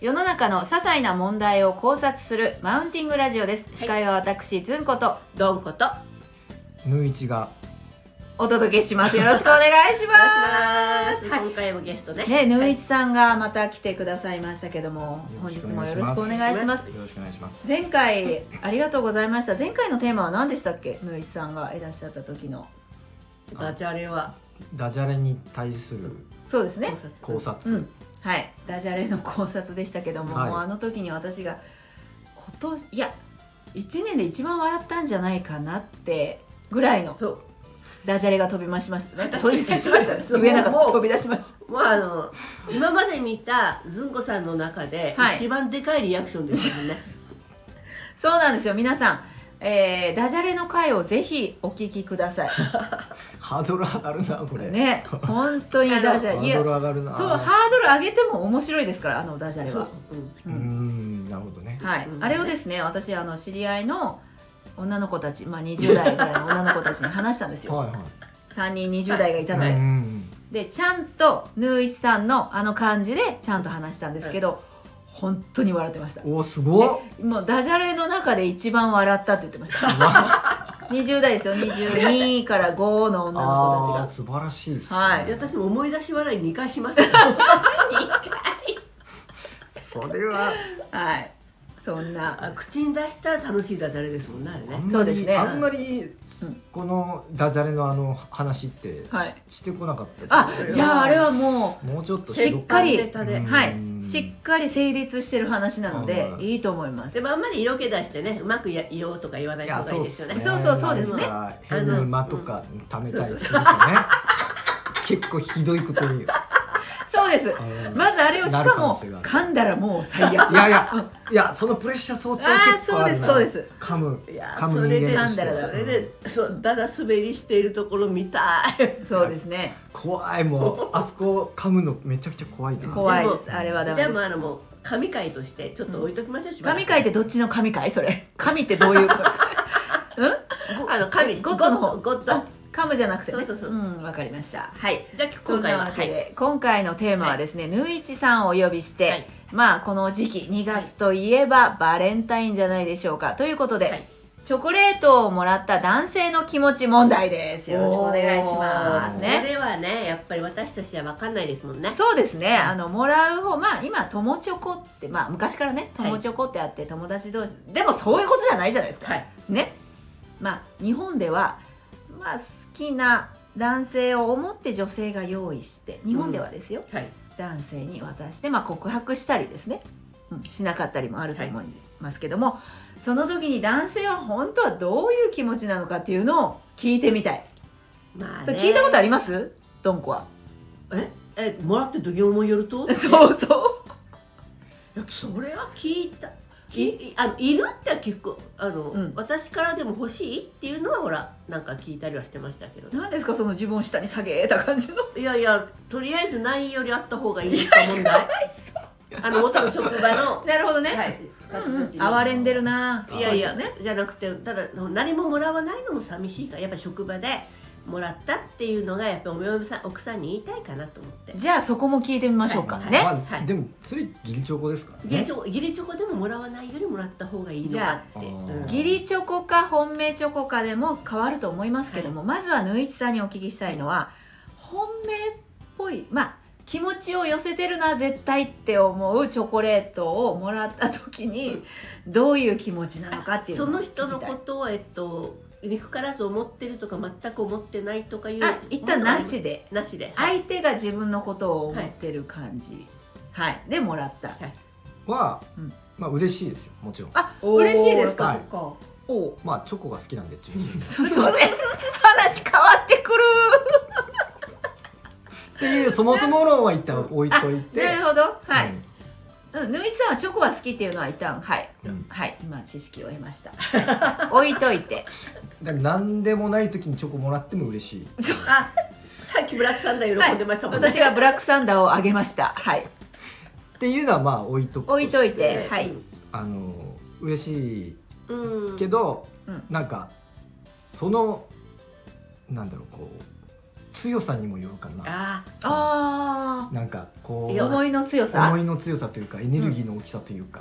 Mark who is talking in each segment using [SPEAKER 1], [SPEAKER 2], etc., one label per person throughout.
[SPEAKER 1] 世の中の些細な問題を考察するマウンティングラジオです司会は私ずんこと
[SPEAKER 2] どんこと
[SPEAKER 3] ぬいちが
[SPEAKER 1] お届けしますよろしくお願いし
[SPEAKER 2] お
[SPEAKER 1] ま
[SPEAKER 2] 願いします、
[SPEAKER 1] はい
[SPEAKER 2] 今回もゲスト ね
[SPEAKER 1] すねぬいちさんがまた来てくださいましたけども本日もよろしくお願いします
[SPEAKER 3] よろしくお願いします
[SPEAKER 1] 前回ありがとうございました前回のテーマは何でしたっけぬいちさんがいらっしゃった時の
[SPEAKER 2] ダジャレは
[SPEAKER 3] ダジャレに対する
[SPEAKER 1] そうですね
[SPEAKER 3] 考察、
[SPEAKER 1] うんはいダジャレの考察でしたけども,、
[SPEAKER 3] はい
[SPEAKER 1] もうあの時に私が今年いや1年で一番笑ったんじゃないかなってぐらいの
[SPEAKER 2] そう
[SPEAKER 1] ダジャレが飛びましましたね
[SPEAKER 2] 私
[SPEAKER 1] 飛び出しましたね
[SPEAKER 2] そう
[SPEAKER 1] 言えなかった
[SPEAKER 2] もう
[SPEAKER 1] 飛び出しました
[SPEAKER 2] もうあの今まで見たずんこさんの中で
[SPEAKER 1] はい
[SPEAKER 2] 一番でかいリアクションです よね、
[SPEAKER 1] そうなんですよ皆さんえーダジャレの回をぜひお聞きください。
[SPEAKER 3] ハードル上がるなこれ
[SPEAKER 1] ね、本当にダジ
[SPEAKER 3] ハ
[SPEAKER 1] ャレ。い
[SPEAKER 3] ード
[SPEAKER 1] や、そう
[SPEAKER 3] ル上がるな
[SPEAKER 1] ハードル上げても面白いですから、あのダジャレ
[SPEAKER 2] そ
[SPEAKER 1] は
[SPEAKER 2] う。、うん、
[SPEAKER 3] う
[SPEAKER 1] うんん
[SPEAKER 3] んなるほどね
[SPEAKER 1] はい、
[SPEAKER 2] うん
[SPEAKER 1] あれをですね私あの知り合いの女の子たち、まあ、20代ぐらいの女の子たちに話したんですよ
[SPEAKER 3] はいは
[SPEAKER 1] 3人20代がいたの
[SPEAKER 3] い
[SPEAKER 1] で、
[SPEAKER 3] うん
[SPEAKER 1] でちゃんとヌーイチさんのあの感じでちゃんと話したんですけど、本当に笑ってました
[SPEAKER 3] おすごっ
[SPEAKER 1] もうダジャレの中で一番笑ったって言ってました20代ですよ22から5の女の子
[SPEAKER 3] あー
[SPEAKER 1] たち
[SPEAKER 3] 素晴らしいっすね
[SPEAKER 1] はい
[SPEAKER 2] 私も思い出し笑い2回しま したよ
[SPEAKER 3] それは
[SPEAKER 1] がはいそんな
[SPEAKER 2] あ口に出した楽しいダジャレですもんねあれ
[SPEAKER 3] あん
[SPEAKER 2] ね
[SPEAKER 3] まり
[SPEAKER 1] そうですね
[SPEAKER 3] あんまり
[SPEAKER 1] ん
[SPEAKER 3] このダジャレのあの話ってし,、
[SPEAKER 1] はい
[SPEAKER 3] てこなかった
[SPEAKER 1] あじゃああれはもう
[SPEAKER 3] もうちょっと
[SPEAKER 1] しっかり
[SPEAKER 2] ネタで
[SPEAKER 3] うん
[SPEAKER 1] はい、しっかり成立してる話なので
[SPEAKER 3] はい
[SPEAKER 1] いいと思います。
[SPEAKER 2] でもあんまり色気出してねうまくや言おうとか言わない方がいいですよね
[SPEAKER 1] いやそうそうそうですね
[SPEAKER 3] なんか変に間とか貯めたりするとね 結構ひどいことに
[SPEAKER 1] そうです。まずあれをし
[SPEAKER 3] なる
[SPEAKER 1] か
[SPEAKER 3] 可能
[SPEAKER 1] も
[SPEAKER 3] 性がある
[SPEAKER 1] 噛んだらもう最悪。
[SPEAKER 3] いやいやいやそのプレッシャー相当結構あるな
[SPEAKER 1] あーそうですそうです
[SPEAKER 3] 噛む
[SPEAKER 2] いやそ
[SPEAKER 3] 噛む
[SPEAKER 2] れ
[SPEAKER 3] 人
[SPEAKER 2] で
[SPEAKER 3] 間
[SPEAKER 1] 噛
[SPEAKER 3] と
[SPEAKER 1] ん
[SPEAKER 3] し
[SPEAKER 1] だら
[SPEAKER 3] て
[SPEAKER 1] だ
[SPEAKER 2] それでそうだだ滑りしているところ見たい
[SPEAKER 1] そうですね。
[SPEAKER 3] 怖いもうあそこ噛むのめちゃくちゃ怖いな
[SPEAKER 1] 怖いです
[SPEAKER 2] でも
[SPEAKER 1] あれはダメ
[SPEAKER 2] じ
[SPEAKER 1] で
[SPEAKER 2] ゃあ
[SPEAKER 1] す
[SPEAKER 2] もうあのもう神回としてちょっと置いときましょうしばらく
[SPEAKER 1] 神会ってどっちの神会それ。神ってどういううん
[SPEAKER 2] あの神
[SPEAKER 1] ゴッドの方。
[SPEAKER 2] ゴッド
[SPEAKER 1] あ噛むじゃなくてね。、
[SPEAKER 2] そうそうそうん
[SPEAKER 1] わかりました。はい。
[SPEAKER 2] じゃあ
[SPEAKER 1] そ
[SPEAKER 2] 今
[SPEAKER 1] んな
[SPEAKER 2] 回は
[SPEAKER 1] わ
[SPEAKER 2] は
[SPEAKER 1] け
[SPEAKER 2] い
[SPEAKER 1] で、今回のテーマはですね、ぬいちさんをお呼びして、
[SPEAKER 2] はい
[SPEAKER 1] まあこの時期2月といえばバレンタインじゃないでしょうかということで、
[SPEAKER 2] はい
[SPEAKER 1] チョコレートをもらった男性の気持ち問題ですよろしくお願いします
[SPEAKER 2] こ
[SPEAKER 1] ね
[SPEAKER 2] れはねやっぱり私たちは分かんないですもんね
[SPEAKER 1] そうですねあのもらう方まあ今友チョコってまあ昔からね
[SPEAKER 2] はい
[SPEAKER 1] 友チョコってあって友達同士、でもそういうことじゃないじゃないですか、
[SPEAKER 2] はい
[SPEAKER 1] ねまあ日本ではまあ好きな男性を思って女性が用意して日本ではですよ、
[SPEAKER 2] はい
[SPEAKER 1] 男性に渡して、まあ、告白したりですね、うん、しなかったりもあると思いますけども、その時に男性は本当はどういう気持ちなのかっていうのを聞いてみたい
[SPEAKER 2] まあ
[SPEAKER 1] そ
[SPEAKER 2] ね
[SPEAKER 1] れ聞いたことありますドンコは
[SPEAKER 2] ええもらってどぎ思いよると
[SPEAKER 1] そうそ
[SPEAKER 2] いやそれは聞いたいいあのいるって聞くあの、
[SPEAKER 1] うん
[SPEAKER 2] 私からでも欲しいっていうのはほらなんか聞いたりはしてましたけど
[SPEAKER 1] う何ですかその自分を下に下げた感じの
[SPEAKER 2] いやいやとりあえずないよりあった方がいいですか問題あの元の職場 の、
[SPEAKER 1] なるほどね、
[SPEAKER 2] はい、
[SPEAKER 1] うんうん、
[SPEAKER 2] あわ
[SPEAKER 1] 哀れんでるなぁ
[SPEAKER 2] いやいや、
[SPEAKER 1] そうですよね
[SPEAKER 2] じゃなくてただ何ももらわないのも寂しいからやっぱり職場でもらったっていうのがやっぱりお嫁さん奥さんに言いたいかなと思って
[SPEAKER 1] じゃあそこも聞いてみましょうか、
[SPEAKER 2] はい
[SPEAKER 1] ね、
[SPEAKER 3] まあ
[SPEAKER 2] はい
[SPEAKER 3] でもそれギリチョコですから
[SPEAKER 2] 義理
[SPEAKER 3] ね
[SPEAKER 2] チョコ義理チョコでももらわないよりもらった方がいいのかって、
[SPEAKER 3] じゃあ
[SPEAKER 2] うん
[SPEAKER 1] 義理チョコか本命チョコかでも変わると思いますけども、まずはぬいちさんにお聞きしたいのは本命っぽいまあ気持ちを寄せてるな絶対って思うチョコレートをもらった時にどういう気持ちなのかっていう
[SPEAKER 2] その人
[SPEAKER 1] を
[SPEAKER 2] の
[SPEAKER 1] 聞きたい
[SPEAKER 2] ことをえっと憎からず思ってるとか全く思ってないとかいう
[SPEAKER 1] あ一旦なしで
[SPEAKER 2] なしではい
[SPEAKER 1] 相手が自分のことを思ってる感じはい、でもらった
[SPEAKER 3] は
[SPEAKER 1] うん
[SPEAKER 3] まあ嬉しいですよもちろん
[SPEAKER 1] あ嬉しいです
[SPEAKER 3] は
[SPEAKER 1] か
[SPEAKER 3] い
[SPEAKER 2] そ
[SPEAKER 1] おおう
[SPEAKER 3] まあチョコが好きなんで中心に
[SPEAKER 1] ちょっと待って 話変わってくる
[SPEAKER 3] っていうそもそも論は一旦置いとい て
[SPEAKER 1] なるほどは
[SPEAKER 3] う
[SPEAKER 1] い、
[SPEAKER 3] ん
[SPEAKER 1] うん、ぬいちさんはチョコは好きっていうのは一旦はい
[SPEAKER 3] うん
[SPEAKER 1] はい、今知識を得ました。置いといて。
[SPEAKER 3] だから何でもない時にチョコもらっても嬉しいう
[SPEAKER 2] かあさっきブラックサンダー喜んでましたもんね、
[SPEAKER 1] 私がブラックサンダーをあげました。はい、
[SPEAKER 3] っていうのはまあ置いとく
[SPEAKER 1] 置いとい、
[SPEAKER 3] して
[SPEAKER 1] はい、
[SPEAKER 3] あの嬉しい
[SPEAKER 2] うん
[SPEAKER 3] けど、
[SPEAKER 1] うん
[SPEAKER 3] なんかそのなんだろうこう強さにもよるかな
[SPEAKER 2] あ
[SPEAKER 1] ああ
[SPEAKER 3] なんかこ
[SPEAKER 2] いうや
[SPEAKER 3] う
[SPEAKER 1] 思いの強さ
[SPEAKER 3] 思いの強さというかエネルギーの大きさというか、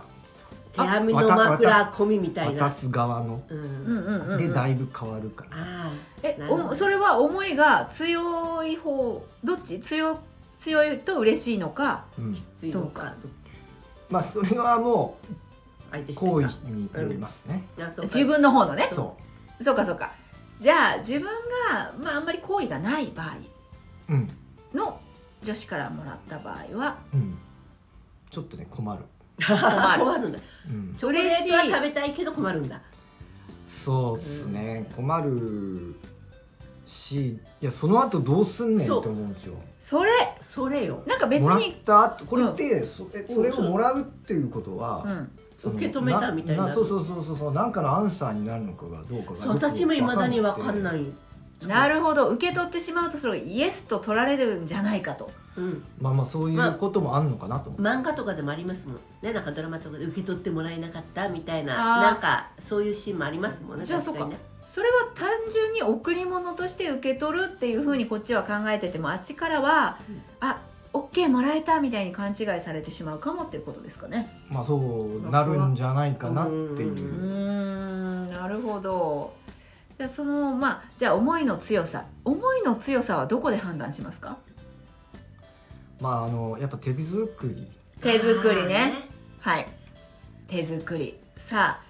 [SPEAKER 2] 手編みのマフラー込みみたい
[SPEAKER 3] 渡
[SPEAKER 2] な。
[SPEAKER 3] す側の
[SPEAKER 2] う。
[SPEAKER 1] うんんうんうん
[SPEAKER 3] で
[SPEAKER 1] うん
[SPEAKER 3] だいぶ変わるから、
[SPEAKER 2] あ
[SPEAKER 1] え
[SPEAKER 2] なるほど
[SPEAKER 1] おそれは思いが強い方どっち強強いと嬉しいのか
[SPEAKER 3] うん
[SPEAKER 2] あ、ついのか。
[SPEAKER 3] まあそれはも
[SPEAKER 2] 相手
[SPEAKER 3] う
[SPEAKER 2] してる
[SPEAKER 3] 行
[SPEAKER 2] か
[SPEAKER 3] 為によりますね、
[SPEAKER 2] あそうか
[SPEAKER 1] 自分の方のね
[SPEAKER 2] ん
[SPEAKER 3] そ
[SPEAKER 1] そうかそうかじゃあ自分が、まあ、あんまり好意がない場合
[SPEAKER 3] ううん
[SPEAKER 1] の女子からもらった場合は
[SPEAKER 3] うんちょっとね困る、
[SPEAKER 1] 困る
[SPEAKER 2] 困るんだ。
[SPEAKER 3] うん、
[SPEAKER 2] チョコレートは食べたいけど困るんだ。
[SPEAKER 3] そうっすね、困るしいやその後どうすんねんと思うんですよ
[SPEAKER 1] それ
[SPEAKER 2] それよ。
[SPEAKER 1] なんか別
[SPEAKER 3] もらっ
[SPEAKER 1] に、
[SPEAKER 3] た後これって、そえそれをもらうっていうことは、
[SPEAKER 1] うん、
[SPEAKER 3] その
[SPEAKER 2] 受け止めたみたいな
[SPEAKER 3] そうそうそうそうそうなんかのアンサーになるのかがどうかが
[SPEAKER 2] そう私も未だに分かんないい。
[SPEAKER 1] なるほど受け取ってしまうとそれをイエスと取られるんじゃないかと
[SPEAKER 2] うん。
[SPEAKER 3] まあまあそういうこともあるのかなと思って、
[SPEAKER 2] 漫画とかでもありますもんねなんかドラマとかで受け取ってもらえなかったみたいな
[SPEAKER 1] あー
[SPEAKER 2] なんかそういうシーンもありますもんね
[SPEAKER 1] じゃあそうか
[SPEAKER 2] 確にね
[SPEAKER 1] それは単純に贈り物として受け取るっていうふうにこっちは考えててもあっちからは、
[SPEAKER 2] うん
[SPEAKER 1] あオッケーもらえたみたいに勘違いされてしまうかもっていうことですかね
[SPEAKER 3] まあそうなるんじゃないかなっていう
[SPEAKER 2] う
[SPEAKER 1] ー
[SPEAKER 3] うん
[SPEAKER 1] んなるほどじゃあそのまあじゃあ思いの強さ思いの強さはどこで判断しますか
[SPEAKER 3] まああのやっぱ手作り
[SPEAKER 1] 手作りねはい手作りさあ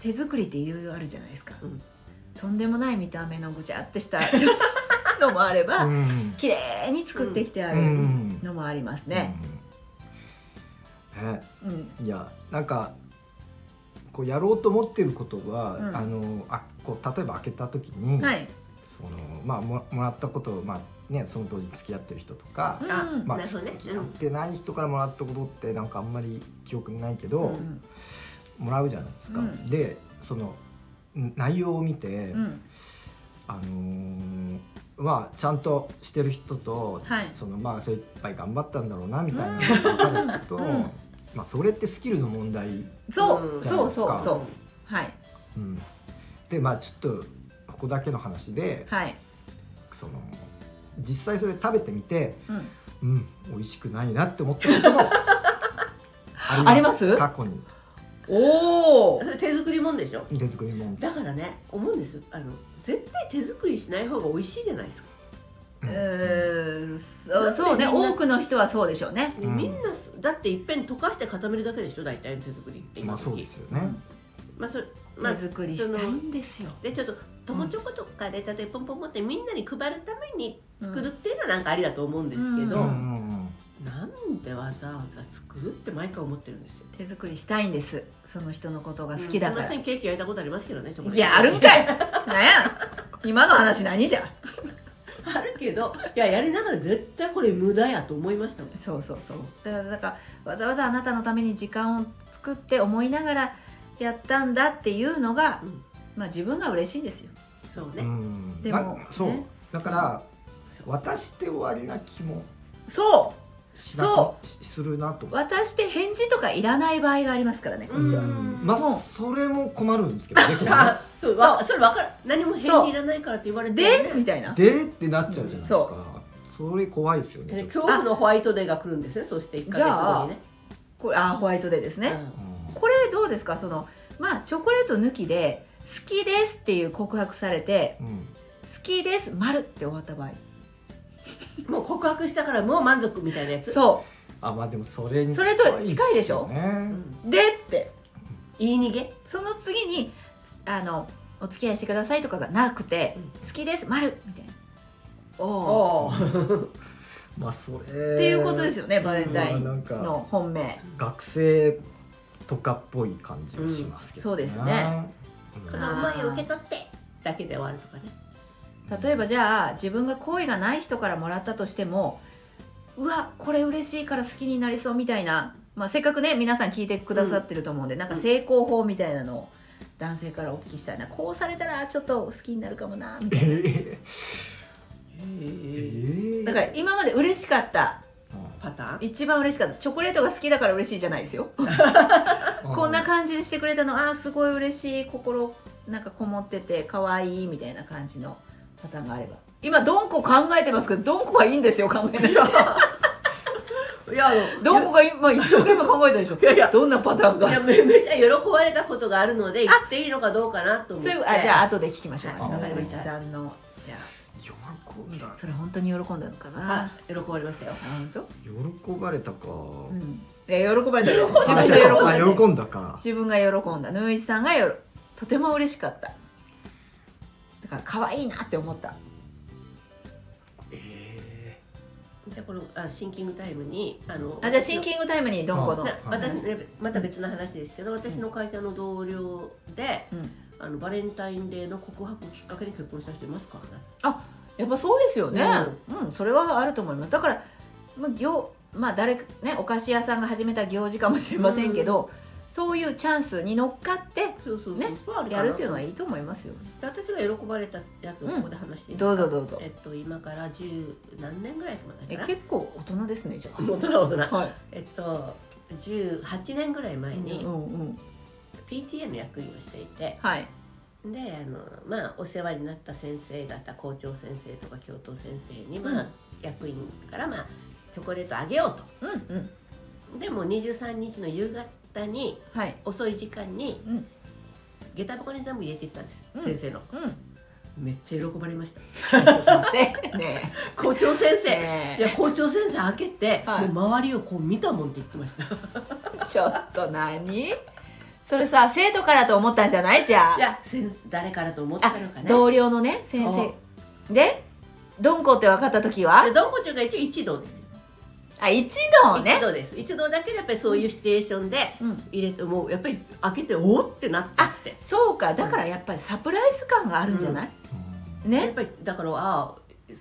[SPEAKER 1] 手作りっていろいろあるじゃないですか、
[SPEAKER 2] うん
[SPEAKER 1] とんでもない見た目のぐちゃってした のもあれば、
[SPEAKER 3] うん
[SPEAKER 1] 綺麗に作ってきてある
[SPEAKER 3] うん
[SPEAKER 1] のもありますね、
[SPEAKER 3] うんね
[SPEAKER 1] うん
[SPEAKER 3] いやなんかこうやろうと思ってることは、
[SPEAKER 1] うん
[SPEAKER 3] あのあこう例えば開けた時に、
[SPEAKER 1] はい、
[SPEAKER 3] そのまあももらったことをまあねその当時付き合ってる人とか、
[SPEAKER 1] うん
[SPEAKER 2] あ
[SPEAKER 3] まあ
[SPEAKER 2] なるほどね
[SPEAKER 3] 付き合ってない人からもらったことってなんかあんまり記憶にないけど、
[SPEAKER 2] うん
[SPEAKER 3] もらうじゃないですか。
[SPEAKER 1] うん
[SPEAKER 3] でそのん内容を見て、
[SPEAKER 1] うん
[SPEAKER 3] あのーまあちゃんとしてる人と、
[SPEAKER 1] はい
[SPEAKER 3] そのまあ精一杯頑張ったんだろうなみたいなのが分かる人と、
[SPEAKER 1] うん
[SPEAKER 3] まあそれってスキルの問題、
[SPEAKER 1] そううんそうそう
[SPEAKER 2] そ
[SPEAKER 1] そううはい
[SPEAKER 3] うんでまあちょっとここだけの話で、
[SPEAKER 1] はい、
[SPEAKER 3] その実際それ食べてみて
[SPEAKER 1] うん、
[SPEAKER 3] うん美味しくないなって思ったこともあります
[SPEAKER 1] あります
[SPEAKER 3] 過去に
[SPEAKER 1] おお
[SPEAKER 2] それ手作りもんでしょ
[SPEAKER 3] 手作りもん
[SPEAKER 2] だからね思うんですよあの絶対手作りしない方が美味しいじゃないですか
[SPEAKER 3] う
[SPEAKER 1] うんーんそうそうね
[SPEAKER 2] だってみんな
[SPEAKER 1] 多くの人はそうでしょうね
[SPEAKER 2] で
[SPEAKER 3] うん
[SPEAKER 2] みんなすだっていっぺん溶かして固めるだけでしょ大体の手作りって
[SPEAKER 3] ま
[SPEAKER 2] 今
[SPEAKER 3] あそう
[SPEAKER 2] 時
[SPEAKER 3] ですよね、
[SPEAKER 2] まあそれまあ
[SPEAKER 1] 手作りしたいんですよ、
[SPEAKER 2] でちょっと友チョコとかで例えばポンポンポンってみんなに配るために作るっていうのはなんかありだと思うんですけ
[SPEAKER 3] う
[SPEAKER 2] ど、
[SPEAKER 1] う
[SPEAKER 3] んうんうん
[SPEAKER 2] なんでわざわざ作るって毎回思ってるんですよ
[SPEAKER 1] 手作りしたいんですその人のことが好きだか
[SPEAKER 2] うん
[SPEAKER 1] ら、
[SPEAKER 2] すいませんケーキ焼いたことありますけどねチョコレート
[SPEAKER 1] いやあるんかいなんや今の話何じゃ
[SPEAKER 2] あるけどいややりながら絶対これ無駄やと思いましたもん
[SPEAKER 1] そうそうそうだからなんかわざわざあなたのために時間を作って思いながらやったんだっていうのが、
[SPEAKER 2] うん
[SPEAKER 1] まあ自分が嬉しいんですよ
[SPEAKER 2] そう
[SPEAKER 3] う
[SPEAKER 2] ね、
[SPEAKER 3] ん
[SPEAKER 1] でも
[SPEAKER 3] なそう
[SPEAKER 1] ね
[SPEAKER 3] だから渡して終わりな気も
[SPEAKER 1] そう
[SPEAKER 3] しなく
[SPEAKER 1] そ
[SPEAKER 3] しするなと思う
[SPEAKER 1] 渡して返事とかいらない場合がありますからねこっちは、
[SPEAKER 2] う
[SPEAKER 3] うんまあ
[SPEAKER 1] もう
[SPEAKER 3] それも困るんですけどねこ れね
[SPEAKER 2] あそうわそれ分かる何も返事いらないからって言われても
[SPEAKER 1] で
[SPEAKER 2] ね
[SPEAKER 1] みたいな
[SPEAKER 3] でってなっちゃうじゃないですかそれ怖いですよね
[SPEAKER 2] で
[SPEAKER 3] ちょっ
[SPEAKER 2] 恐
[SPEAKER 3] と
[SPEAKER 2] 怖のホワイトデーが来るんですねそして1か月後にね
[SPEAKER 1] これあーホワイトデーですね、これどうですかそのまあチョコレート抜きで「好きです」っていう告白されて
[SPEAKER 3] うんうん
[SPEAKER 1] 「好きです丸って終わった場合
[SPEAKER 2] うんもう告白したからもう満足みたいなやつ
[SPEAKER 1] そ
[SPEAKER 3] あまあでもそれに
[SPEAKER 1] それと近いでしょ
[SPEAKER 3] 近ですよね
[SPEAKER 2] うん
[SPEAKER 1] う「で」って
[SPEAKER 2] 言い逃げ
[SPEAKER 1] その次に「あのお付き合いしてください」とかがなくて
[SPEAKER 2] うん
[SPEAKER 1] 「好きです丸みたいなおおっ
[SPEAKER 2] おー
[SPEAKER 3] まあそれって
[SPEAKER 1] ていうことです
[SPEAKER 3] よ
[SPEAKER 1] よねバレンタイ
[SPEAKER 3] なん
[SPEAKER 1] ン
[SPEAKER 3] か
[SPEAKER 1] の本命
[SPEAKER 3] 学生とかっぽい感じがしますけど、
[SPEAKER 1] うんそうですね
[SPEAKER 3] うん
[SPEAKER 2] この思いを受け取ってだけで終わるとかね
[SPEAKER 1] 例えばじゃあ自分が好意がない人からもらったとしてもうわこれ嬉しいから好きになりそうみたいな、まあ、せっかくね皆さん聞いてくださってると思うんで、なんか成功法みたいなのを男性からお聞きしたいなこうされたらちょっと好きになるかもなみた
[SPEAKER 3] え
[SPEAKER 1] いな
[SPEAKER 3] ーえー
[SPEAKER 1] だから今まで嬉しかった
[SPEAKER 2] パターン
[SPEAKER 1] 一番嬉しかったチョコレートが好きだから嬉しいじゃないですよ
[SPEAKER 3] うん
[SPEAKER 1] こんな感じにしてくれたのあーすごい嬉しい心なんかこもってて可愛いみたいな感じのパターンがあれば今ドンコ考えてますけどドンコはいいんですよ考えないで
[SPEAKER 2] やあの
[SPEAKER 1] どこか今一生懸命考えたでしょ
[SPEAKER 2] いやいや
[SPEAKER 1] どんなパターン
[SPEAKER 2] いや
[SPEAKER 1] が
[SPEAKER 2] め めちゃ喜ばれたことがあるので言っていいのかどうかなと思
[SPEAKER 1] そ
[SPEAKER 2] って
[SPEAKER 1] れあじゃあ後で聞きましょう
[SPEAKER 2] はい
[SPEAKER 3] わかり
[SPEAKER 1] 野
[SPEAKER 3] ま
[SPEAKER 1] 口
[SPEAKER 2] した
[SPEAKER 1] さんのじゃ
[SPEAKER 3] 喜んだ
[SPEAKER 1] あそれ本当に喜んだのか
[SPEAKER 2] あ
[SPEAKER 1] な
[SPEAKER 2] 喜ばれましたよ
[SPEAKER 1] あ本当
[SPEAKER 3] 喜ばれたか、
[SPEAKER 1] うんいや喜ばれたよ
[SPEAKER 3] あ
[SPEAKER 1] 自分が喜んだ
[SPEAKER 3] あ喜んだか
[SPEAKER 1] 自分が喜んだぬいさんがよろとても嬉しかっただから可愛いなって思った
[SPEAKER 3] え
[SPEAKER 2] じゃあこのあシンキングタイムにあの
[SPEAKER 1] あじゃあシンキングタイムにどんこの
[SPEAKER 2] な私ねまた別の話ですけど私の会社の同僚で
[SPEAKER 1] うん
[SPEAKER 2] あのバレンタインデーの告白をきっかけに結婚した人いますからね
[SPEAKER 1] やっぱそうですよね、うんそれはあると思いますだから、まあよまあ誰かね、お菓子屋さんが始めた行事かもしれませんけど、そういうチャンスに乗っかって
[SPEAKER 2] そうそうそう
[SPEAKER 1] ね
[SPEAKER 2] そうあ
[SPEAKER 1] やるっていうのはい
[SPEAKER 2] い
[SPEAKER 1] いと思いますよ
[SPEAKER 2] 私が喜ばれたやつをここで話していい
[SPEAKER 1] どうぞどうぞ
[SPEAKER 2] えっと今から十何年ぐらい
[SPEAKER 1] え
[SPEAKER 2] 前かな
[SPEAKER 1] 結構大人ですねじゃ
[SPEAKER 2] 大人大人
[SPEAKER 1] あはい
[SPEAKER 2] えっと18年ぐらい前に
[SPEAKER 1] うんうん、
[SPEAKER 2] PTA の役員をしていて
[SPEAKER 1] はい
[SPEAKER 2] であの、まあ、お世話になった先生方校長先生とか教頭先生に、まあ
[SPEAKER 1] うん
[SPEAKER 2] 役員から、まあ、チョコレートあげようと。
[SPEAKER 1] うんうん
[SPEAKER 2] でもう23日の夕方に
[SPEAKER 1] はい
[SPEAKER 2] 遅い時間に、
[SPEAKER 1] うん
[SPEAKER 2] 下駄箱に全部入れていったんです、
[SPEAKER 1] うん
[SPEAKER 2] 先生の
[SPEAKER 1] うん
[SPEAKER 2] めっちゃ喜ばれました
[SPEAKER 1] ちょっと待ってね
[SPEAKER 2] 校長先
[SPEAKER 1] え
[SPEAKER 2] 生
[SPEAKER 1] ね
[SPEAKER 2] いや校長先生開けて、
[SPEAKER 1] はい
[SPEAKER 2] もう周りをこう見たもんって言ってましたい
[SPEAKER 1] えちょっと何それさ生徒からと思ったんじゃないじゃあ
[SPEAKER 2] や先生誰からと思った
[SPEAKER 1] あ
[SPEAKER 2] のかね
[SPEAKER 1] 同僚のね先
[SPEAKER 2] そ
[SPEAKER 1] 生でドンコって分かった時は
[SPEAKER 2] でどんこちゅうが一応一同ですよ
[SPEAKER 1] あ一度ね
[SPEAKER 2] 一同です一同だけでやっぱりそういうシチュエーションで
[SPEAKER 1] うん
[SPEAKER 2] 入れてもうやっぱり開けておーってなったって
[SPEAKER 1] そうかだからやっぱりサプライズ感があるんじゃない、
[SPEAKER 3] うん
[SPEAKER 2] やっ
[SPEAKER 1] ね
[SPEAKER 2] ぱりだからああ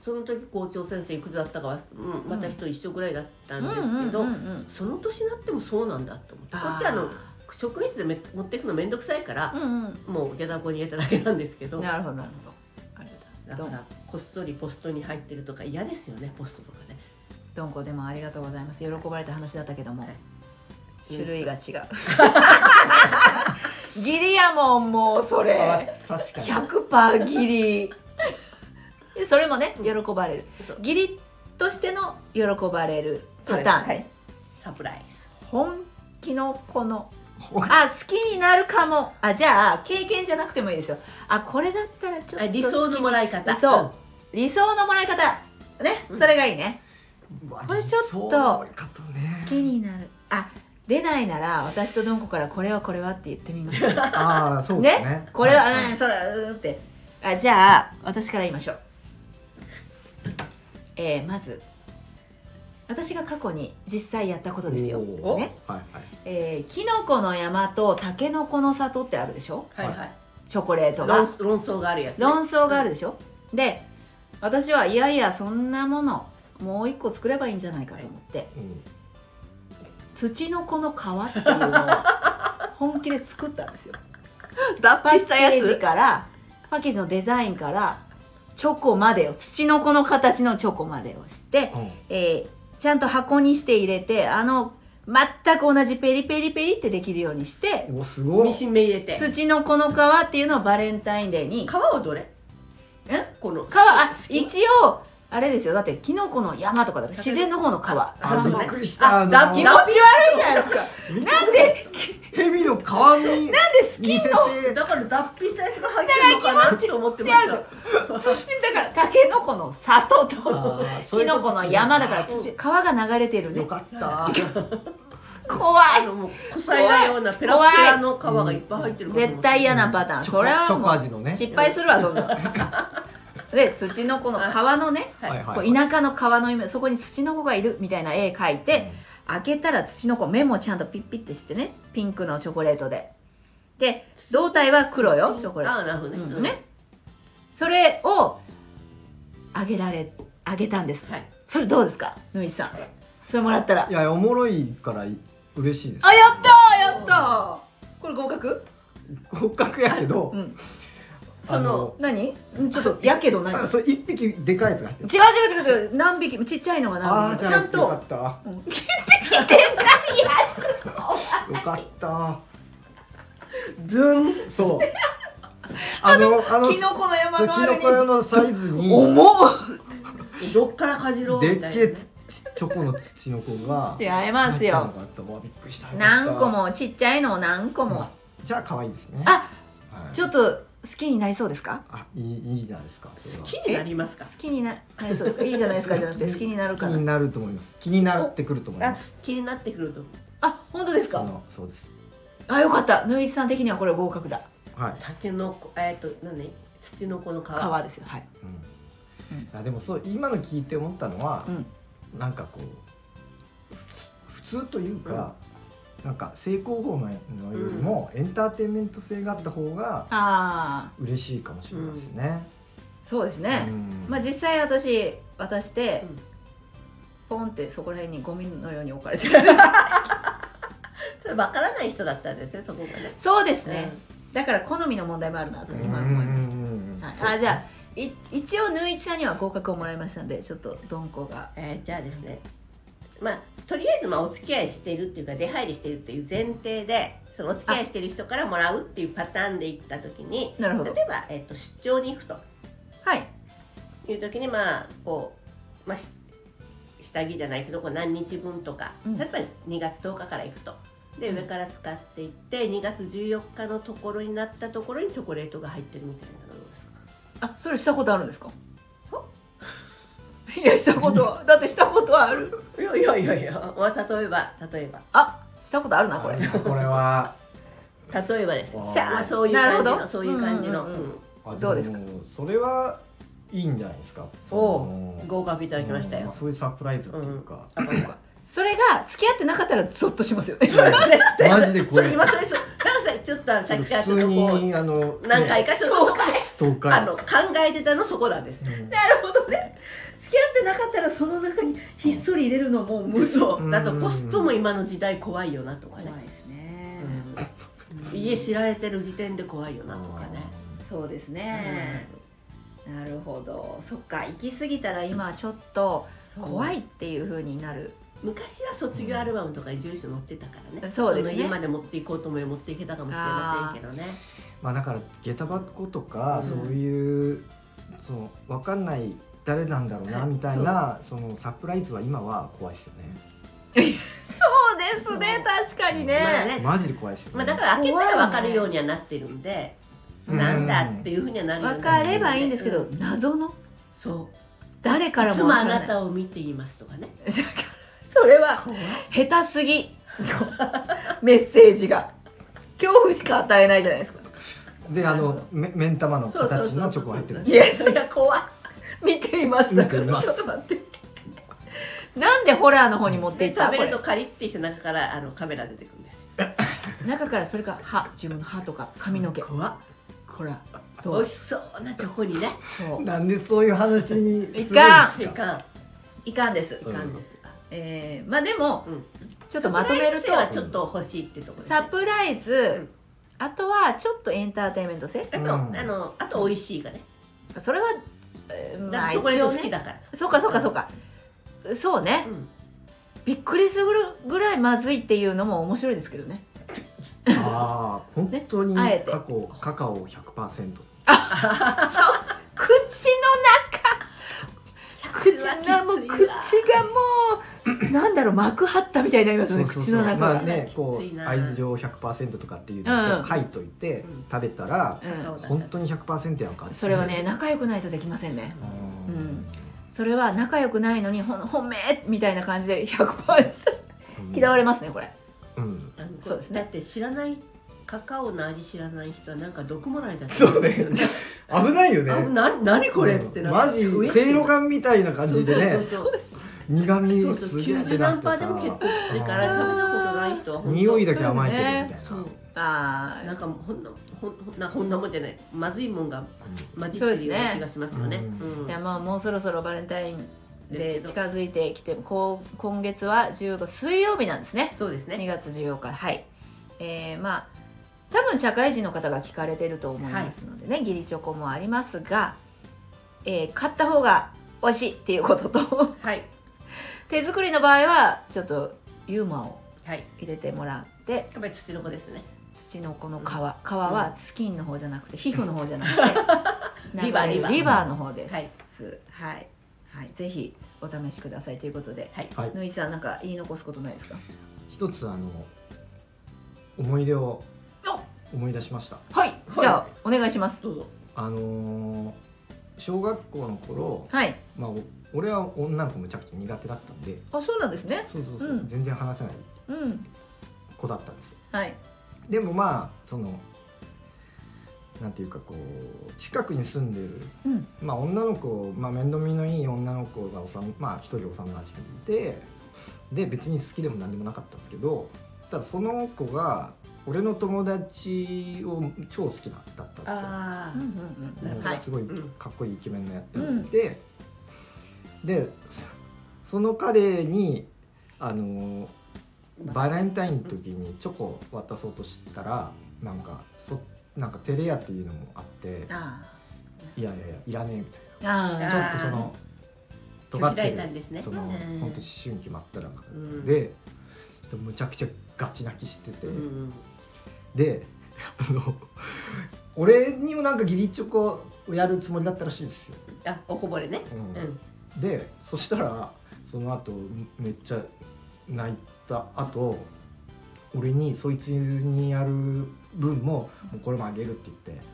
[SPEAKER 2] その時校長先生いくつだったかは、うん、また人一緒ぐらいだった
[SPEAKER 1] うんん
[SPEAKER 2] です
[SPEAKER 1] う
[SPEAKER 2] けど、
[SPEAKER 1] んうんうん
[SPEAKER 2] その年になってもそうなんだって思ってこっちはあの職員室でめ持っていくのめんどくさいから
[SPEAKER 1] う、んう
[SPEAKER 2] もう下駄箱に入れただけなんですけど
[SPEAKER 1] ん
[SPEAKER 2] だか
[SPEAKER 1] なるほどなるほどありがとう
[SPEAKER 2] らこっそりポストに入ってるとか嫌ですよねポストとかね
[SPEAKER 1] ドンコでもありがとうございます喜ばれた話だったけども、
[SPEAKER 2] はい
[SPEAKER 1] 種類が違う ギリやもんもうそれ
[SPEAKER 3] 確かに
[SPEAKER 1] 100%ギリでそれもね喜ばれる
[SPEAKER 2] そう
[SPEAKER 1] ギリとしての喜ばれるパターンね、
[SPEAKER 2] はいサプライズ
[SPEAKER 1] 本気のこの
[SPEAKER 3] ほら
[SPEAKER 1] あ好きになるかもあじゃあ経験じゃなくてもいいですよあこれだったらちょっ
[SPEAKER 2] あ
[SPEAKER 1] と
[SPEAKER 2] 理想のもらい方
[SPEAKER 1] そう理想のもらい方ね
[SPEAKER 2] うん
[SPEAKER 1] それがいいね、
[SPEAKER 3] こ
[SPEAKER 1] これちょっと
[SPEAKER 3] とね
[SPEAKER 1] 好きになるあ出ないなら私とどんこからこれはこれはって言ってみます
[SPEAKER 3] ああそうですね
[SPEAKER 1] これは、
[SPEAKER 3] い
[SPEAKER 1] うんそれはうんってあじゃあ私から言いましょうえーまず私が過去に実際やったことですよ、
[SPEAKER 3] おー
[SPEAKER 1] ね
[SPEAKER 3] はいはい
[SPEAKER 1] えー、きのこの山とたけのこの里ってあるでしょ
[SPEAKER 2] うんはいはい
[SPEAKER 1] チョコレート
[SPEAKER 2] 論
[SPEAKER 1] が
[SPEAKER 2] 論争があるやつね
[SPEAKER 1] 論争があるでしょ、で私はいやいやそんなものもう一個作ればいいんじゃないかと思って、
[SPEAKER 3] うん
[SPEAKER 1] 土のこの皮っていうのを本気で作ったん ですよ
[SPEAKER 2] 脱
[SPEAKER 1] パ
[SPEAKER 2] 皮
[SPEAKER 1] ッ
[SPEAKER 2] した
[SPEAKER 1] ケ
[SPEAKER 2] や
[SPEAKER 1] ージ
[SPEAKER 2] つ
[SPEAKER 1] からパッケージのデザインからチョコまでを土のこの形のチョコまでをして、
[SPEAKER 3] うん
[SPEAKER 1] えーちゃんと箱にして入れてあの全く同じペリペリペリってできるようにして
[SPEAKER 3] おすごい
[SPEAKER 2] ミシン目入れて
[SPEAKER 1] 土のこの皮っていうのをバレンタインデーに
[SPEAKER 2] 皮はどれこの
[SPEAKER 1] 皮あ
[SPEAKER 2] 好き
[SPEAKER 1] 一応あれですよだってキノコの山とかだから自然の方の皮あ
[SPEAKER 3] あ
[SPEAKER 2] そ
[SPEAKER 3] び
[SPEAKER 2] う
[SPEAKER 3] っ
[SPEAKER 2] ね
[SPEAKER 3] くりした
[SPEAKER 2] あ
[SPEAKER 3] あの
[SPEAKER 2] ラ
[SPEAKER 1] 気持
[SPEAKER 2] ピ
[SPEAKER 1] ち悪いじゃないですか
[SPEAKER 3] びっくりした蛇の皮に
[SPEAKER 1] なんで好き
[SPEAKER 3] 似せて
[SPEAKER 2] だから脱皮したやつが入ってるのかなって思ってまし
[SPEAKER 1] 違う
[SPEAKER 2] た
[SPEAKER 1] ぞ土だからたけのこの里と
[SPEAKER 3] あーそう
[SPEAKER 1] き
[SPEAKER 3] いうこ
[SPEAKER 1] のこ
[SPEAKER 3] と
[SPEAKER 1] の山だから
[SPEAKER 2] そう
[SPEAKER 1] 土川が流れてる
[SPEAKER 3] よ
[SPEAKER 1] ね
[SPEAKER 3] かった
[SPEAKER 1] 怖
[SPEAKER 2] あ
[SPEAKER 1] い
[SPEAKER 2] のもうこさえないようなペラペラの皮がいっぱい入ってるかと思っ
[SPEAKER 1] 絶
[SPEAKER 2] た
[SPEAKER 1] 対嫌なパターン
[SPEAKER 3] チョ
[SPEAKER 1] そ
[SPEAKER 3] コ
[SPEAKER 1] れ
[SPEAKER 3] チ
[SPEAKER 1] は
[SPEAKER 3] ョコ
[SPEAKER 1] も
[SPEAKER 3] 味のね
[SPEAKER 1] う失敗するわそん なので土のこの川のね
[SPEAKER 2] はい
[SPEAKER 1] こう田舎の川のイメージそこに土の子がいるみたいな絵描いて、開けたら土の子目もちゃんとピッピッてしてねピンクのチョコレートでで胴体は黒よチョコレート、
[SPEAKER 2] ああなるほどね,、
[SPEAKER 1] うんねそれをあげられあげたんです
[SPEAKER 2] はい
[SPEAKER 1] それどうですかぬいさんそれもらったら
[SPEAKER 3] いやおもろいから嬉しいです
[SPEAKER 1] あやったやったこれ合格
[SPEAKER 3] 骨格やけど
[SPEAKER 1] うん
[SPEAKER 2] その
[SPEAKER 1] 何うんちょっとやけど
[SPEAKER 3] あ
[SPEAKER 1] 何違
[SPEAKER 3] のあ
[SPEAKER 1] う
[SPEAKER 3] それ一匹でかいやつが入ってる
[SPEAKER 1] 違う違う違う何匹ちっちゃいのが
[SPEAKER 3] あ
[SPEAKER 1] 何
[SPEAKER 3] あ
[SPEAKER 1] 匹
[SPEAKER 3] じ
[SPEAKER 1] もちゃ
[SPEAKER 3] ゃあ
[SPEAKER 1] ん
[SPEAKER 3] よ
[SPEAKER 1] と
[SPEAKER 3] かったよ
[SPEAKER 1] うん
[SPEAKER 3] かった
[SPEAKER 2] ズン
[SPEAKER 3] そうあのあの
[SPEAKER 1] キノコの山のあ
[SPEAKER 3] キ
[SPEAKER 1] れ
[SPEAKER 3] ノ
[SPEAKER 1] に
[SPEAKER 3] コ用のサイズに
[SPEAKER 1] 重っ
[SPEAKER 2] どっからかじろう
[SPEAKER 3] で
[SPEAKER 2] み
[SPEAKER 3] った
[SPEAKER 2] いな
[SPEAKER 3] けえチョコの土の子が
[SPEAKER 1] 違いますよ
[SPEAKER 3] 入ったのがあったわびっくりした
[SPEAKER 1] 何個もちっちゃいのを何個も
[SPEAKER 3] まあじゃあ可愛いですね
[SPEAKER 1] あ、
[SPEAKER 3] はい、
[SPEAKER 1] ちょっと好きになりそうですか
[SPEAKER 3] あいいいいじゃないですかそれは
[SPEAKER 2] 好きになりますか
[SPEAKER 1] 好きにななりそうですかいいじゃないですかじゃなくて好きになるか
[SPEAKER 3] 好きに
[SPEAKER 1] な
[SPEAKER 3] なると思います気になってくると思い
[SPEAKER 2] あ
[SPEAKER 3] ます
[SPEAKER 2] 気になってくると
[SPEAKER 1] あ本当です
[SPEAKER 3] そ
[SPEAKER 1] か
[SPEAKER 3] のそうです
[SPEAKER 1] あよかったぬいさん的にはこれ合格だ
[SPEAKER 3] はい、
[SPEAKER 2] たけのこえっ、と何土の子の皮
[SPEAKER 1] 皮ですよはい
[SPEAKER 3] うんあでもそう今の聞いて思ったのは
[SPEAKER 1] う、ん
[SPEAKER 3] なんかこう普通普通というか、なんか成功法のよりもエンターテインメント性があった方が
[SPEAKER 1] ああ
[SPEAKER 3] 嬉しいかもしれないですね。
[SPEAKER 1] そうです
[SPEAKER 3] う
[SPEAKER 1] ね、
[SPEAKER 3] ん
[SPEAKER 1] まあ実際私渡して、
[SPEAKER 2] うん
[SPEAKER 1] ポンってそこら辺にゴミのように置かれてたんです
[SPEAKER 2] それ分からない人だったんですねそこがね
[SPEAKER 1] そうですね、だから好みの問題もあるなと今思いました、はい、あじゃあい一応ぬいちさんには合格をもらいましたんでちょっとどんこが
[SPEAKER 2] うんえーじゃあですねまあとりあえずまあお付き合いしてるっていうか出入りしてるっていう前提でそのお付き合いしてる人からもらうっていうパターンでいった時に
[SPEAKER 1] なるほ
[SPEAKER 2] 例
[SPEAKER 1] ど
[SPEAKER 2] えば、えっと出張に行くと
[SPEAKER 1] はい
[SPEAKER 2] いう時にまあこう、まあ、し下着じゃないけどこう何日分とか、
[SPEAKER 1] うん
[SPEAKER 2] 例えば2月10日から行くとで
[SPEAKER 1] うん
[SPEAKER 2] 上から使っていって2月14日のところになったところにチョコレートが入ってるみたいなのです
[SPEAKER 1] あそれしたことあるんですかいやしたことはだってしたことはある
[SPEAKER 2] いやいやいやいや、まあ、例えば例えば
[SPEAKER 1] あしたことあるなこれ
[SPEAKER 3] あこれは
[SPEAKER 2] 例えばですね
[SPEAKER 3] シャー
[SPEAKER 2] まあ、そういう感
[SPEAKER 1] な
[SPEAKER 2] じ
[SPEAKER 1] るほど
[SPEAKER 2] のそういう感じの、
[SPEAKER 1] う
[SPEAKER 2] うんん
[SPEAKER 1] うんうん
[SPEAKER 3] あ
[SPEAKER 1] どうですか
[SPEAKER 3] もそれはいいんじゃないですか。
[SPEAKER 2] お
[SPEAKER 3] その
[SPEAKER 2] 合格いただきました
[SPEAKER 3] うん
[SPEAKER 2] よ
[SPEAKER 3] あ、そういうサプライズっていうか、
[SPEAKER 2] あそうか
[SPEAKER 1] それが付き合ってなかったらゾッとしますよね
[SPEAKER 3] マジでこ
[SPEAKER 2] そう
[SPEAKER 3] れ
[SPEAKER 2] 今それちょなんかさちょっとさっきから
[SPEAKER 3] 普
[SPEAKER 2] ちょっ
[SPEAKER 3] 通
[SPEAKER 2] とこ
[SPEAKER 3] にあの
[SPEAKER 2] う何回
[SPEAKER 3] か
[SPEAKER 2] かちょっとそこ
[SPEAKER 3] ストーカー
[SPEAKER 2] あの考えてたのそこなんですよ
[SPEAKER 3] うん
[SPEAKER 1] なるほどね付き合ってなかったらその中にひっそり入れるのも無双
[SPEAKER 2] そうあとポストも今の時代怖いよなとか
[SPEAKER 1] 怖
[SPEAKER 2] ね
[SPEAKER 1] いですね、
[SPEAKER 2] うん家知られてる時点で怖いよなとかね。
[SPEAKER 1] そうですね、なるほどそっか行き過ぎたら今はちょっと怖
[SPEAKER 2] い
[SPEAKER 1] いっていう風になる
[SPEAKER 2] 昔は卒業アルバムとかに住所載ってたからね
[SPEAKER 1] そうですね
[SPEAKER 2] の家まで持っていこうと思えば持っていけたかもしれませんけどね
[SPEAKER 3] まあだから下駄箱とか
[SPEAKER 2] うん
[SPEAKER 3] そういう、そのわかんない誰なんだろうな
[SPEAKER 2] はい
[SPEAKER 3] みたいなそのサプライズは今は怖いですよね。
[SPEAKER 1] そうですね確かにね,、
[SPEAKER 2] まあね
[SPEAKER 3] マジで怖いですよ
[SPEAKER 2] ま
[SPEAKER 3] ね。
[SPEAKER 2] あ、だから開けたら分かるようにはなってるんで、
[SPEAKER 3] うん
[SPEAKER 2] なんだっていうふうにはなるよう
[SPEAKER 1] 分
[SPEAKER 2] にな
[SPEAKER 1] か
[SPEAKER 2] ってる
[SPEAKER 1] ればいいんですけど、
[SPEAKER 2] う
[SPEAKER 1] 謎の
[SPEAKER 2] そう
[SPEAKER 1] 誰から
[SPEAKER 2] いつ
[SPEAKER 1] も
[SPEAKER 2] も
[SPEAKER 1] わ
[SPEAKER 2] あ
[SPEAKER 1] から
[SPEAKER 2] な
[SPEAKER 1] ない
[SPEAKER 2] たを見ていますとかね
[SPEAKER 1] それは
[SPEAKER 2] 怖い
[SPEAKER 1] 下手すぎ メッセージが恐怖しか与えないじゃないですか
[SPEAKER 3] であ
[SPEAKER 1] なる
[SPEAKER 3] のめ目ん玉の
[SPEAKER 2] そうそうそう
[SPEAKER 3] 形
[SPEAKER 2] そう
[SPEAKER 3] のチョコ入ってる
[SPEAKER 1] い。や
[SPEAKER 2] それが怖い
[SPEAKER 1] 見ています
[SPEAKER 3] 見ています
[SPEAKER 1] ちょっと待ってなんでホラーの方に持っていっ
[SPEAKER 2] で
[SPEAKER 1] たこ
[SPEAKER 2] 食べる
[SPEAKER 1] れ
[SPEAKER 2] とカリッてして中からあのカメラ出てくるんですよ
[SPEAKER 1] 中からそれか歯自分の歯とか髪の毛
[SPEAKER 2] 怖っ
[SPEAKER 1] ほら
[SPEAKER 2] 美
[SPEAKER 1] どう
[SPEAKER 2] 味しそうなチョコにね
[SPEAKER 1] そう
[SPEAKER 3] なんでそういう話にするんです
[SPEAKER 1] か
[SPEAKER 3] か。
[SPEAKER 2] いかん
[SPEAKER 1] いかんです
[SPEAKER 2] いかんです、
[SPEAKER 1] えーまあでも、
[SPEAKER 2] うん
[SPEAKER 1] ちょっとまとめると
[SPEAKER 2] サプライズ性はちょっと欲しいってところですね
[SPEAKER 1] サプライズ、
[SPEAKER 2] ん
[SPEAKER 1] あとはちょっとエンターテインメント性
[SPEAKER 2] あと、
[SPEAKER 3] うん
[SPEAKER 2] あのあと美味しいがね
[SPEAKER 1] それは、えー
[SPEAKER 2] だ
[SPEAKER 1] まあ一
[SPEAKER 2] からチョコレー
[SPEAKER 1] 応
[SPEAKER 2] ト好き
[SPEAKER 1] ね
[SPEAKER 2] だから、
[SPEAKER 1] そうかそうかそうかそうね
[SPEAKER 2] うん
[SPEAKER 1] びっくりするぐらいまずいっていうのも面白いですけどね
[SPEAKER 3] ああ本当に
[SPEAKER 1] ねあえて
[SPEAKER 3] カカオカカオ100%。
[SPEAKER 1] ちょ口の中口がもう口がもうなんだろう膜張ったみたいになりますよね
[SPEAKER 3] そうそう
[SPEAKER 1] 口
[SPEAKER 3] そう
[SPEAKER 1] の中が、
[SPEAKER 3] まあねこ
[SPEAKER 2] きついうな
[SPEAKER 3] 愛情100%とかってい
[SPEAKER 1] う
[SPEAKER 3] うの
[SPEAKER 1] ん
[SPEAKER 3] を書いといて
[SPEAKER 2] うん
[SPEAKER 3] 食べたら
[SPEAKER 1] う
[SPEAKER 3] 本当に100%やんかっ
[SPEAKER 1] ん、
[SPEAKER 3] ていう
[SPEAKER 1] それはね仲良くないとできませんね
[SPEAKER 3] う
[SPEAKER 1] うんそれは仲良くないのにほん本命みたいな感じで100%した嫌われますねこれ
[SPEAKER 3] うん
[SPEAKER 2] あの
[SPEAKER 1] そうですね
[SPEAKER 2] だって知らないカカオの味知らない人はなんか毒もらいだ
[SPEAKER 3] そうね危ないよね
[SPEAKER 2] あな何これってな
[SPEAKER 3] マジせいろ
[SPEAKER 2] が
[SPEAKER 3] がんみたいな感じでね
[SPEAKER 2] そうそうそう
[SPEAKER 3] 苦味
[SPEAKER 2] そうそう
[SPEAKER 3] すげえ
[SPEAKER 2] 90
[SPEAKER 3] 出な
[SPEAKER 2] 何
[SPEAKER 3] く
[SPEAKER 2] パ
[SPEAKER 3] て
[SPEAKER 2] ーでも結
[SPEAKER 3] さ
[SPEAKER 2] 構するから食べたことない人は本当
[SPEAKER 3] 匂いだけ甘えてるみたいな
[SPEAKER 2] そう
[SPEAKER 1] あ
[SPEAKER 2] なんかもうほんのほんほんなほんなもんじゃないまずいもんが混じって
[SPEAKER 1] そうで
[SPEAKER 2] る
[SPEAKER 1] す
[SPEAKER 2] よ
[SPEAKER 1] ね
[SPEAKER 2] うな気がしますよね
[SPEAKER 3] うん
[SPEAKER 1] ーいやまあもうそろそろバレンタインで
[SPEAKER 2] です
[SPEAKER 1] 近
[SPEAKER 2] け
[SPEAKER 1] づいてきてこう今月は15水曜日なんですね
[SPEAKER 2] そうです
[SPEAKER 1] 2
[SPEAKER 2] ね
[SPEAKER 1] 月14日はいえー、まあ多分社会人の方が聞かれてると思いますのでね、義理チョコもありますが、えー買った方が美味しいっていうことと
[SPEAKER 2] はい
[SPEAKER 1] 手作りの場合はちょっとユーモアを
[SPEAKER 2] はい
[SPEAKER 1] 入れてもらって
[SPEAKER 2] やっぱり土の子ですね
[SPEAKER 1] 土のこの皮
[SPEAKER 2] うん
[SPEAKER 1] 皮はスキンの方じゃなくて皮膚の方じゃなくて
[SPEAKER 2] リバー
[SPEAKER 1] 流れる
[SPEAKER 2] リバー
[SPEAKER 1] リバーの方です
[SPEAKER 2] はい
[SPEAKER 1] はい、はいはい、ぜひお試しくださいということで
[SPEAKER 2] はい
[SPEAKER 3] はい
[SPEAKER 1] 野井さんなんか言い残すことないですか
[SPEAKER 3] 一つあの思い出を
[SPEAKER 1] あ
[SPEAKER 3] 思い出しました
[SPEAKER 1] はいじゃあお願いします
[SPEAKER 2] どうぞ
[SPEAKER 3] あのー小学校の頃、
[SPEAKER 1] はい
[SPEAKER 3] まあ、お俺は女の子むちゃくちゃ苦手だったんで
[SPEAKER 1] あそうなんですね
[SPEAKER 3] そうそうそう、
[SPEAKER 1] うん
[SPEAKER 3] 全然話せない
[SPEAKER 1] うん
[SPEAKER 3] 子だったんですよ
[SPEAKER 1] はい
[SPEAKER 3] でもまあそのなんていうかこう近くに住んでる、
[SPEAKER 1] うん
[SPEAKER 3] まあ、女の子、まあ、面倒見のいい女の子が幼まあ、一人幼なじみでで別に好きでも何でもなかったんですけどただその子が俺の友達を超好きだったんですよ。
[SPEAKER 2] あ
[SPEAKER 1] うん
[SPEAKER 2] ー
[SPEAKER 1] うんうんはい
[SPEAKER 3] すごい
[SPEAKER 2] うん
[SPEAKER 3] かっこいいイケメンのやつがいて、でそその彼にあのバレンタインの時にチョコ渡そうとしたらなんかそなんか照れ屋っていうのもあって
[SPEAKER 1] あ
[SPEAKER 3] いやいやいやいらねえみたい
[SPEAKER 1] ーあー
[SPEAKER 3] なちょっとその尖
[SPEAKER 2] 拒
[SPEAKER 3] っ
[SPEAKER 2] 否ら
[SPEAKER 3] て
[SPEAKER 2] れたん
[SPEAKER 3] る
[SPEAKER 2] ですね
[SPEAKER 3] その
[SPEAKER 2] うん
[SPEAKER 3] 本当思春期真っ只中
[SPEAKER 2] うん
[SPEAKER 3] でちょっとむちゃくちゃガチ泣きしてて、
[SPEAKER 2] うん
[SPEAKER 3] であの俺にもなんか義理チョコをやるつもりだったらしいんですよ。
[SPEAKER 2] あおこぼれね
[SPEAKER 3] うん
[SPEAKER 2] うん
[SPEAKER 3] でそしたらその後めっちゃ泣いた後俺にそいつにやる分ももうこれもあげるって言って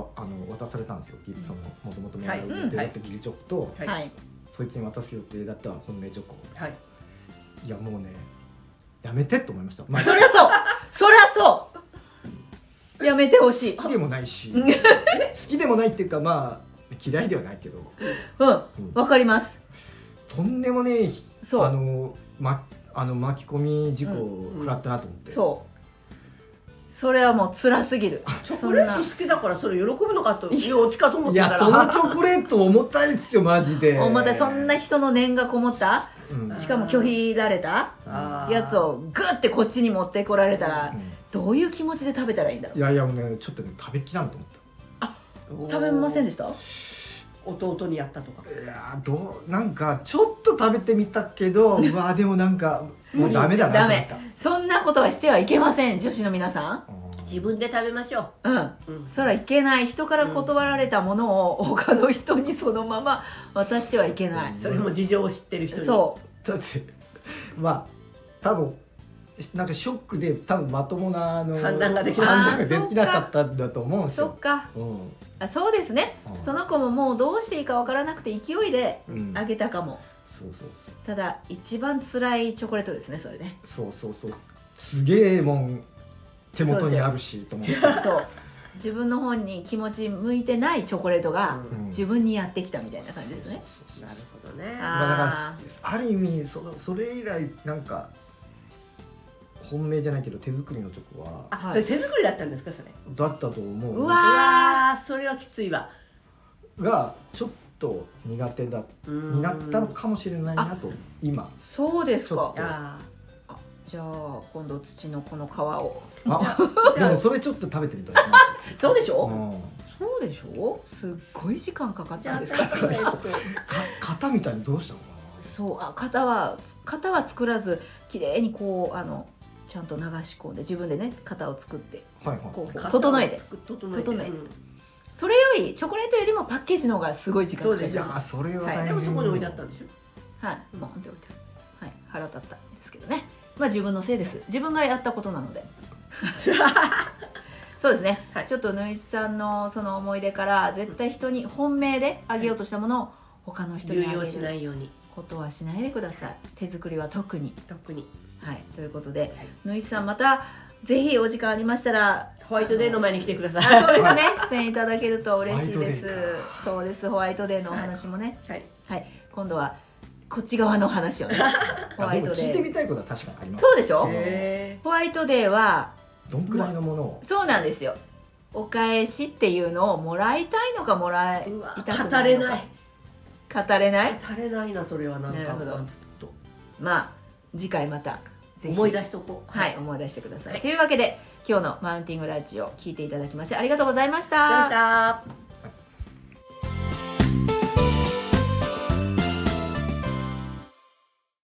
[SPEAKER 3] わあの渡されたんですよ
[SPEAKER 1] ん
[SPEAKER 3] もともと
[SPEAKER 2] は
[SPEAKER 3] や
[SPEAKER 2] い
[SPEAKER 3] る予定だった義理チョコと、
[SPEAKER 2] はい
[SPEAKER 1] はい
[SPEAKER 3] そいつに渡す予定だった本命チョコ
[SPEAKER 2] はい
[SPEAKER 3] いやもうねやめてと思いました、まあ、
[SPEAKER 1] そりゃそうそりゃそうやめてほしい
[SPEAKER 3] 好きでもないし
[SPEAKER 1] うん
[SPEAKER 3] 好きでもないっていうかまあ嫌いではないけど、
[SPEAKER 1] うん
[SPEAKER 3] うん
[SPEAKER 1] わかります
[SPEAKER 3] とんでもねえひ
[SPEAKER 1] そう
[SPEAKER 3] あの、ま、あの巻き込み事故を食らったなと思って、
[SPEAKER 1] そうそれはもう辛すぎる
[SPEAKER 2] チョコレート好きだからそれ喜ぶのかというオチかと思っ
[SPEAKER 3] い
[SPEAKER 2] てた
[SPEAKER 3] や
[SPEAKER 2] ら
[SPEAKER 3] そのチョコレート重たいっすよマ ジで
[SPEAKER 1] おまたそんな人の念がこもった
[SPEAKER 3] うん
[SPEAKER 1] しかも拒否られた
[SPEAKER 2] あー
[SPEAKER 1] やつをグッてこっちに持ってこられたら
[SPEAKER 3] う
[SPEAKER 1] どういう気持ちで食べたらいいんだろ
[SPEAKER 3] んいうやいやもうねちょっとね食べきらんと思っ
[SPEAKER 1] 食べませんで
[SPEAKER 2] し
[SPEAKER 1] した
[SPEAKER 2] た弟にやったとか
[SPEAKER 3] たいやーどうなんかちょっと食べてみたけ どうわーでもなんかもうダメだなと思った
[SPEAKER 1] そんなことはしてはいけません女子の皆さ
[SPEAKER 3] うん
[SPEAKER 2] 自分で食べましょ
[SPEAKER 1] んうん
[SPEAKER 2] ううん
[SPEAKER 1] そらいけない人から断られたものを他の人にそのまま渡してはいけない、
[SPEAKER 2] それも事情を知ってる人に
[SPEAKER 1] そ
[SPEAKER 3] だってまあ多分なんかショックで多分まともなあの
[SPEAKER 2] 判断ができなか
[SPEAKER 1] った
[SPEAKER 3] 判断ができなかったんだと思うん
[SPEAKER 1] う
[SPEAKER 3] です
[SPEAKER 1] そ
[SPEAKER 3] よ
[SPEAKER 1] っか
[SPEAKER 3] うん
[SPEAKER 1] あそうですねその子ももうどうしていいかわからなくて勢いで
[SPEAKER 3] うん
[SPEAKER 1] あげたかも、
[SPEAKER 3] そうそう
[SPEAKER 1] ただ一番辛いチョコレートですねそれ ね
[SPEAKER 3] そうそうそうそうすげえもん手元にあるしと思って、
[SPEAKER 1] そう自分の方に気持ち向いてないチョコレートが
[SPEAKER 2] うん
[SPEAKER 3] うん
[SPEAKER 1] 自分にやってきたみたいな感じですね、
[SPEAKER 2] なるほどね
[SPEAKER 1] あ
[SPEAKER 3] まあ、だ
[SPEAKER 1] あ
[SPEAKER 3] からある意味そのそれ以来なんか本命じゃないけど手作りのチョコは
[SPEAKER 2] あ
[SPEAKER 1] はい
[SPEAKER 2] それ手作りだったんですかそれ
[SPEAKER 3] だったと思う
[SPEAKER 1] う
[SPEAKER 2] う
[SPEAKER 1] わあ
[SPEAKER 2] わーそれはきついわ
[SPEAKER 3] がちょっと苦手だ
[SPEAKER 2] に
[SPEAKER 3] になったのかもしれないなと今
[SPEAKER 1] そうです
[SPEAKER 3] ちょ
[SPEAKER 1] か
[SPEAKER 3] っと
[SPEAKER 2] あ
[SPEAKER 1] じゃあ今度土のこの皮を
[SPEAKER 3] あ
[SPEAKER 2] ーじ
[SPEAKER 3] で
[SPEAKER 2] ゃ
[SPEAKER 3] も
[SPEAKER 2] あ
[SPEAKER 3] それちょっと食べてみたいな、
[SPEAKER 1] そうでしょ、
[SPEAKER 3] うん、
[SPEAKER 1] そうでしょすっごい時間かかっ
[SPEAKER 2] じ
[SPEAKER 1] た
[SPEAKER 2] ゃ
[SPEAKER 1] ん
[SPEAKER 2] あ
[SPEAKER 1] です
[SPEAKER 2] ちょ
[SPEAKER 1] か
[SPEAKER 2] っとねちょっと
[SPEAKER 3] か型みたいにどうしたのか
[SPEAKER 1] そうあ型は型は作らず綺麗にこうあのちゃんと流し込んで自分でね型を作って
[SPEAKER 3] なはいはい
[SPEAKER 1] こう整えて
[SPEAKER 2] 型を作整えて
[SPEAKER 1] 整えて
[SPEAKER 2] うん
[SPEAKER 1] それよりチョコレートよりもパッケージの方がすごい時間かかり
[SPEAKER 3] い
[SPEAKER 1] ま
[SPEAKER 3] や
[SPEAKER 1] す
[SPEAKER 3] ーそれは大変
[SPEAKER 2] でもそこに置いてあったんでしょ
[SPEAKER 1] はいボンって置いてありますはい腹立ったんですけどねまあ自分のせいです自分がやったことなの でそうですね、
[SPEAKER 2] はい
[SPEAKER 1] ちょっとぬいさんのその思い出から絶対人に本命であげようとしたものを他の人
[SPEAKER 2] 流
[SPEAKER 1] にあ
[SPEAKER 2] 用
[SPEAKER 1] げ
[SPEAKER 2] し
[SPEAKER 1] る
[SPEAKER 2] ないように
[SPEAKER 1] ことはしないでください手作りは特に
[SPEAKER 2] 特に
[SPEAKER 1] はいということで
[SPEAKER 2] はい
[SPEAKER 1] ぬいさんまたぜひお時間ありましたら
[SPEAKER 2] ホワイトデーの前に来てください
[SPEAKER 1] あそう ですね出演いただけると嬉しいで
[SPEAKER 3] ホワイトデ
[SPEAKER 1] すそうですホワイトデーのお話もね
[SPEAKER 2] はい
[SPEAKER 1] はい今度はこっち側の話をねホ
[SPEAKER 3] あ
[SPEAKER 1] ワ
[SPEAKER 3] で
[SPEAKER 1] イ
[SPEAKER 3] も
[SPEAKER 1] ト
[SPEAKER 3] 聞い
[SPEAKER 1] デ
[SPEAKER 3] て
[SPEAKER 1] ー
[SPEAKER 3] みたいことは確かにあります
[SPEAKER 1] そうでしょ
[SPEAKER 3] ね
[SPEAKER 2] へ
[SPEAKER 1] ホワイトデーは
[SPEAKER 3] どんくらいのものを
[SPEAKER 1] そうなんですよお返しっていうのをもらいたいのかもらい
[SPEAKER 2] ーうわ
[SPEAKER 1] たく
[SPEAKER 2] 語
[SPEAKER 1] ない
[SPEAKER 2] れ
[SPEAKER 1] のか
[SPEAKER 2] ない
[SPEAKER 1] 語れない
[SPEAKER 2] 語れないなそれはなんか
[SPEAKER 1] なるほど
[SPEAKER 2] ちょっ
[SPEAKER 1] まあ次回また
[SPEAKER 2] と
[SPEAKER 1] ぜひ
[SPEAKER 2] 思い出しとこう
[SPEAKER 1] はい、思い出してください。
[SPEAKER 2] はい
[SPEAKER 1] というわけで、今日のマウンティングラジオ聞いていただきましてありがとうございまし
[SPEAKER 2] じゃ
[SPEAKER 1] た。
[SPEAKER 2] あ